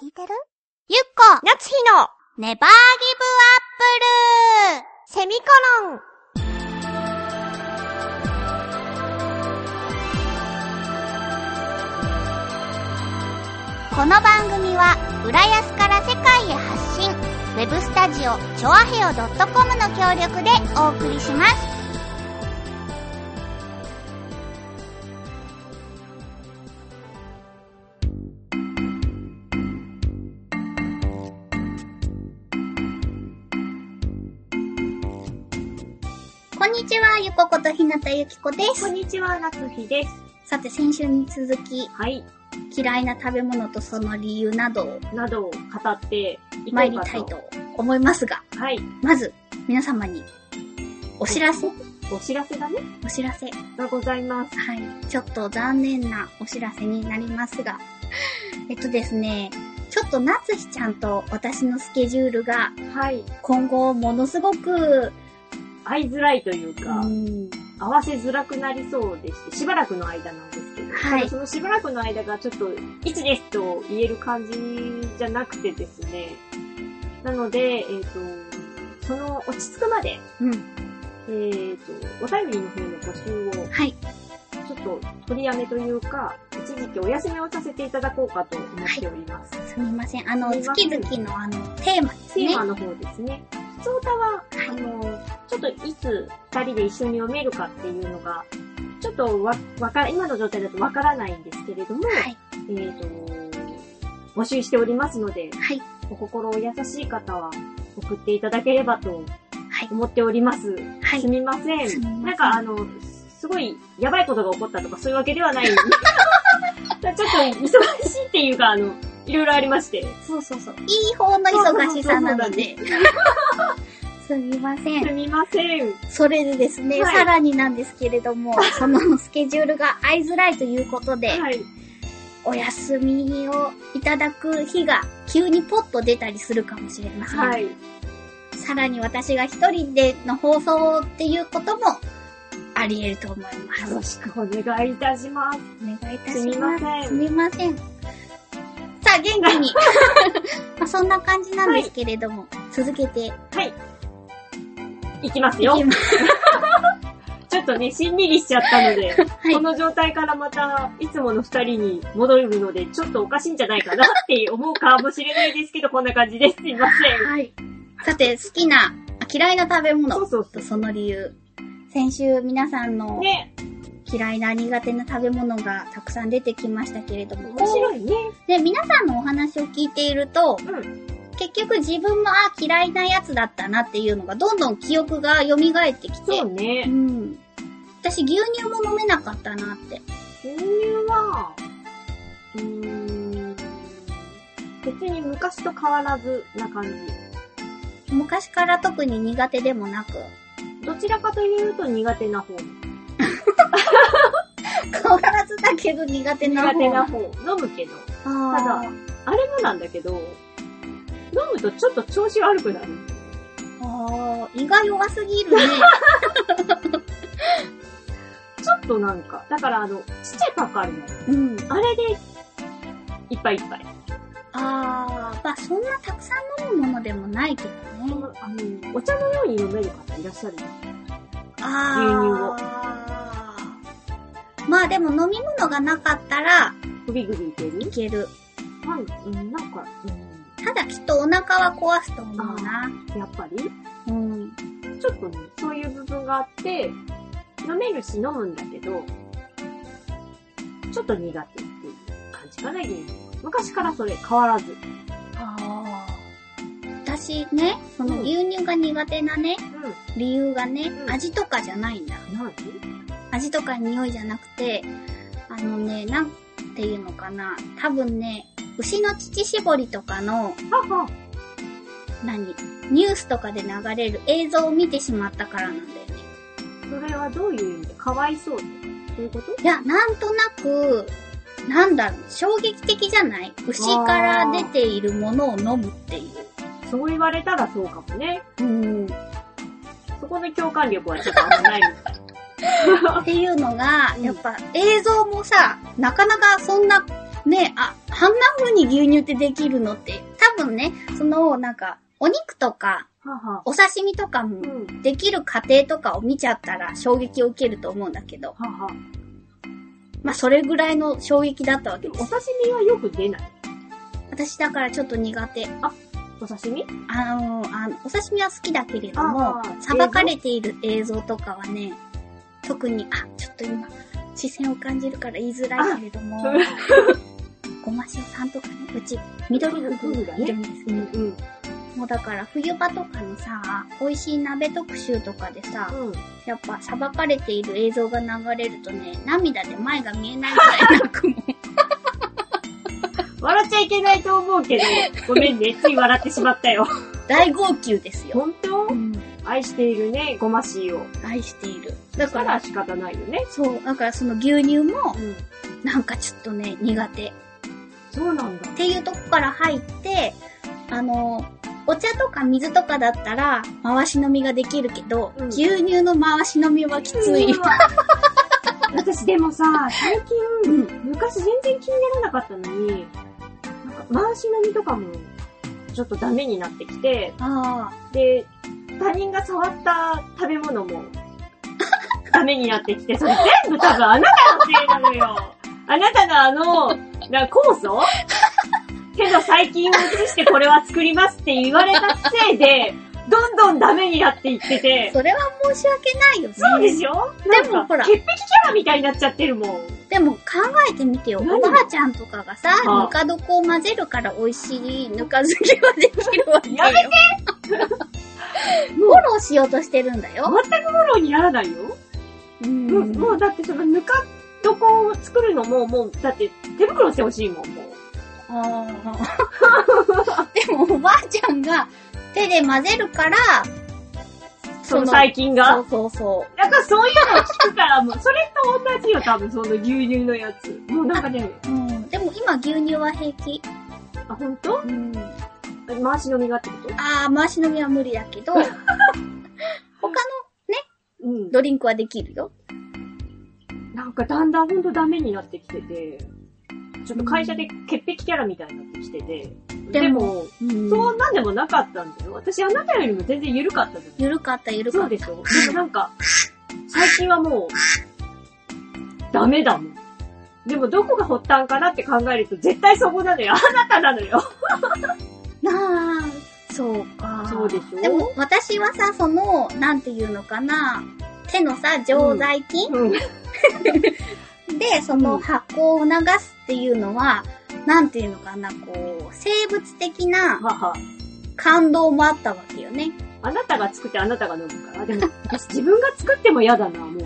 聞いてるゆっこ夏日のネバーギブアップルセミコロンこの番組は浦安から世界へ発信ウェブスタジオチョアヘオ .com の協力でお送りしますこんにちはゆこことひなたゆきこですにちは、夏日です。さて先週に続きはい。嫌いな食べ物とその理由などをなどを語っていこ参うりかたいと。と思いますが、はい。まず、皆様に、お知らせお知らせだね。お知らせ。はがございます。い。ちょっと残念なお知らせになりますが、えっとですね、ちょっとなつひちゃんと私のスケジュールがはい。今後ものすごく、会いづらいといううか、ん、合わせづらくなりそうでして、しばらくの間なんですけど、はいただそのしばらくの間がちょっと、いつですと言える感じじゃなくてですね、なので、えっ、と、その落ち着くまで、うん、えっ、と、お便りの方の募集を、はい、ちょっと取りやめというか、一時期お休みをさせていただこうかと思っております。すみません。あの、すみま月せん々のあの、テーマですテねー。マの方ですね。普通歌は、あの、ちょっといつ二人で一緒に読めるかっていうのが、ちょっとわ、わから、今の状態だとわからないんですけれども、はい、えっ、と、募集しておりますので、はい、お心を優しい方は送っていただければとはい、思っております。はいすみませすん。みませんなんかあの、すごいやばいことが起こったとかそういうわけではない。ち ょっと忙しいっていうか、あの、いろいろありまして。そうそうそう。いい方の忙しさなので。 すみませんす。みません。それでですね、はいさらになんですけれども、そのスケジュールが合いづらいということで、はい。お休みをいただく日が急にポッと出たりするかもしれません。はい。さらに私が一人での放送っていうこともあり得ると思います。よろしくお願いいたします。お願いいたします。すみみません。さあ、元気 に。まあ、そんな感じなんですけれども、続けていいきますきよ。ます。ちょっとね、しんみりしちゃったので、はいこ。の状態からまた、いつもの二人に戻るので、ちょっとおかしいんじゃないかなって思うかもしれないですけど、こんな感じです。すみま せん。はい。さて、好きな、あ嫌いな食べ物そう。そうそその理由。先週皆さんう。のね、嫌いな苦手な食べ物がたくさん出てきましたけれども。面白いね。で、皆さんのお話を聞いていると、うん。結局自分もあ嫌いなやつだったなっていうのがどんどん記憶が蘇ってきてそう。ねう。ん。私牛乳も飲めなかったなって。牛乳は、うーん、別に昔と変わらずな感じ。昔から特に苦手でもなく。どちらかというと苦手な方。変わらずだけど苦手な方。苦手な方。飲むけど。ただああれもなんだけど、飲むとちょっと調子悪くなる。ーあー。胃が弱すぎ るね。ちょっとなんか、だからあの、ちっちゃいパックあるの。うん。あれで、いっぱいいっぱい。あー、まあそんなたくさん飲むものでもないけどあね。の、お茶のように飲める方いらっしゃるのあー。まあでも飲み物がなかったらグビグビいけるいける。なんうん、なんか、うただきっとお腹は壊すと思うな。ん、やっぱり、うん。ちょっとね、そういう部分があって、飲めるし飲むんだけど、ちょっと苦手っていう感じかな、牛乳昔からそれ変わらず。あー。私ね、その牛乳が苦手なね、う理由がね、うん味とかじゃないんだ。ん。何味とか匂いじゃなくて、あのね、なんていうのかな。多分ね、牛の乳搾りとかの、はは、何ニュースとかで流れる映像を見てしまったからなんだよね。それはどういう意味でかわいそうとかそういうこといや、なんとなく、なんだろう、衝撃的じゃない牛から出ているものを飲むっていそう言われたらそうかもね。う。うん。っそこの共感力はちょっとあんまない。ていうのが、うんやっぱ映像もさ、なかなかそんなね、あ、半分に牛乳ってできるのって、多分ね、その、なんか、お肉とか、 はあ、はあ。お刺身とかもう、ん。できる過程とかを見ちゃったら衝撃を受けると思うんだけど、はあ、はあ。まあそれぐらいの衝撃だったわけでもでおす。刺身はよく出ない。私だからちょっと苦手。お刺身あのーあの、お刺身は好きだけれどもあー、さばかれている映像とかはね、特に、あ、ちょっと今、視線を感じるから言いづらいけれども、 ごま塩さんとかね、うち、緑の夫婦がいるんですけど、うん。うん。もうだから冬場とかのさ、美味しい鍋特集とかでさ、やっぱ裁かれている映像が流れるとね、涙で前が見えないぐ らい泣くもん。笑っちゃいけないと思うけど、ごめんね、つい笑ってしまったよ。大号泣ですよ。 本当うん、愛しているね、ごま塩。愛している。だだかからら、仕方ないよね。そう、だからその牛乳もう、ん。なんかちょっとね、苦手。っそうなんだ。ていうとこから入って、あの、お茶とか水とかだったら、回し飲みができるけど、うん牛乳の回し飲みはきつい。うわ。私でもさ、最近、うん。昔全然気にならなかったのに、なんか回し飲みとかも、ちょっとダメになってきて、あで、他人が触った食べ物も、ダメになってきて、それ全部多分あなたのせいなのよ。あなたのあの、な酵素けど細菌を移してこれは作りますって言われたせいで、どんどんダメになっていってあ、て、それは申し訳ないよね。そうでしょでもほら潔癖キャラみたいになっちゃってるもん。でも考えてみてよ。お何ばあちゃんとかがさ、ああぬか床を混ぜるから美味しいぬか漬けはできるわけよ。やめてフォローしようとしてるんだよ。全くフォローにならないよ。うもう、もうだってそのぬか床を作るのも、もう、だって手袋してほしいもん、もう。あ あでもおばあちゃんが手で混ぜるから、その細菌が。そうそうそなんかそういうのを聞くから、もう、それと同じよ、多分、その牛乳のやつ。もうなんかね、う。うん。でも今牛乳は平気。あ、ほんとうん。回し飲みがってことああ、回し飲みは無理だけど、他のうん。ドリンクはできるよ。なんかだんだんほんとダメになってきてて、ちょっと会社で潔癖キャラみたいになってきてて、ででもも、うんそうなんでもなかったんだよ。私あなたよりも全然緩かったじゃん。ゆるかったゆるかそっうでしょでもなんか、最近はもう、ダメだもん。でもどこが発端かなって考えると絶対そこなのよ。あなたなのよ。た。なあ、そうか。そうでしょでも私はさ、その、なんていうのかな、手のさ、常在菌、うん。で、そのうん発酵を促すっていうのは、なんていうのかな、こう、生物的なはは。感動もあったわけよね。あなたが作ってあなたが飲むから。でも、私自分が作っても嫌だな、もう。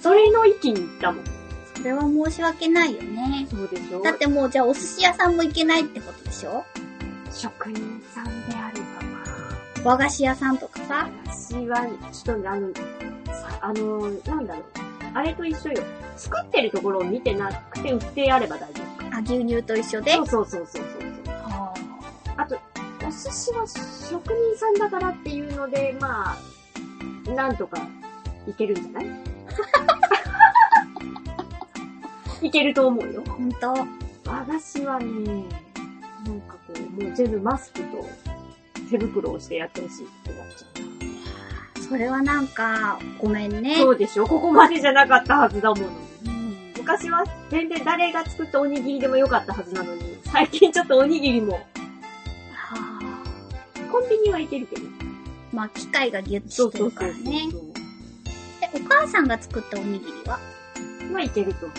それの域に行ったもん。それは申し訳ないよね。そうでしょだってもう、じゃあお寿司屋さんも行けないってことでしょ職人さんであるか和菓子屋さんとかさ。な。私は、ちょっとあの、さあの、なんだろう。あれと一緒よ。作ってるところを見てなくて売ってあれば大丈夫。あ、牛乳と一緒で。そうそうそうそうそうそう。ああと、お寿司は職人さんだからっていうので、まあ、なんとかいけるんじゃない いけると思うよ。ーほんと。和菓子はね、なんかこう、もう全部マスクと手袋をしてやってほしいってなっちゃう。それはなんか、ごめんね。そうでしょここまでじゃなかったはずだもうの。ん昔は全然誰が作ったおにぎりでもよかったはずなのに、最近ちょっとおにぎりも、はあコンビニはいけるけど。まあ、機械がギュッとしてるからね。で、お母さんが作ったおにぎりはまあいけると思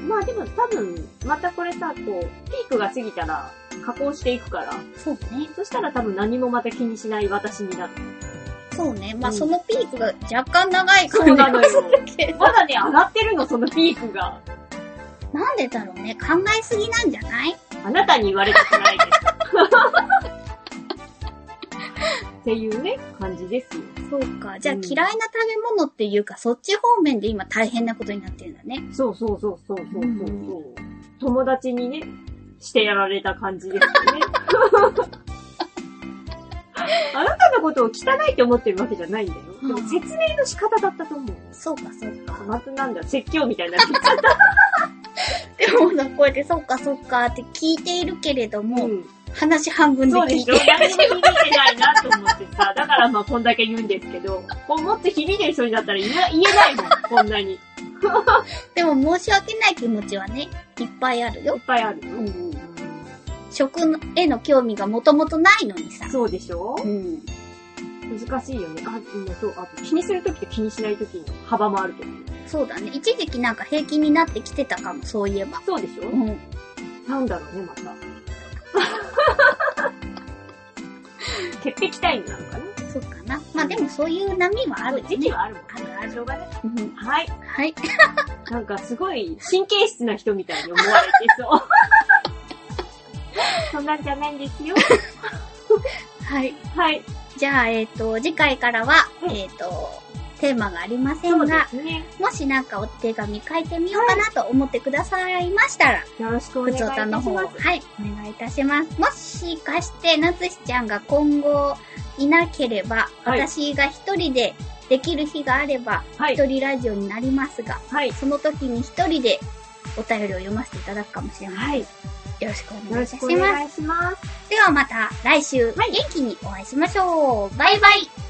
う。まあでも多分、またこれさ、こう、ピークが過ぎたら加工していくから、そうね。そしたら多分何もまた気にしない私になる。そうね。まあ、うんそのピークが若干長いそ感うじなのがすよる。けど。まだね、上がってるの、そのピークが。 なんでだろうね。考えすぎなんじゃないあなたに言われたくないです。 っていうね、感じですよ。そうか。じゃあ、うん嫌いな食べ物っていうか、そっち方面で今大変なことになってるんだね。そうそうそうそうそうそう、うん友 達にね、してやられた感じですよね。あなたのことを汚いって思ってるわけじゃないんだよ。うんでも説明の仕方だったと思う。そうか、そうか。またなんだ、説教みたいな。うでもな、こうやってそうか、そうかって聞いているけれども、ん話半分でそう聞でいしてょる。何も響いてないなと思ってさ、だからまあこんだけ言うんですけど、こうもっと響いてる人になったら言え言えないもん、こんなに。いっでも申し訳ない気持ちはね、いっぱいあるよ。ぱいあるよ。食への興味がもともとないのにさ。そうでしょうん。難しいよね。あ、うんそう、あと気にするときと気にしないときの幅もあると思う。そうだね。一時期なんか平均になってきてたかも、そういえば。そうでしょうん。なんだろうね、また。 潔癖タイムなのかなそうかな。まあでもそういう波はあるよ時ね期。はあるもん。あるあるしょうがない。うんはい。はい。なんかすごい神経質な人みたいに思われてそう。 そんなんじゃないんですよ。はい。 はい。じゃあ、えっ、と、次回からは、うんえっ、と、テーマがありませそんうでが、すね。もしなんかお手紙書いてみようかなと思ってくださいましたら、よろしくおふ願いいつおたしたまのす。方、はい、お願いいたします。もしかして、なつしちゃんが今後いなければ、はい私が一人でできる日があれば、はい一。人ラジオになりますが、はい。その時に一人でお便りを読ませていただくかもしれません。はい。よよろしくお願いろいたししくおます。願いします。ではまた来週、はい元気にお会いしましょう。バイバイ。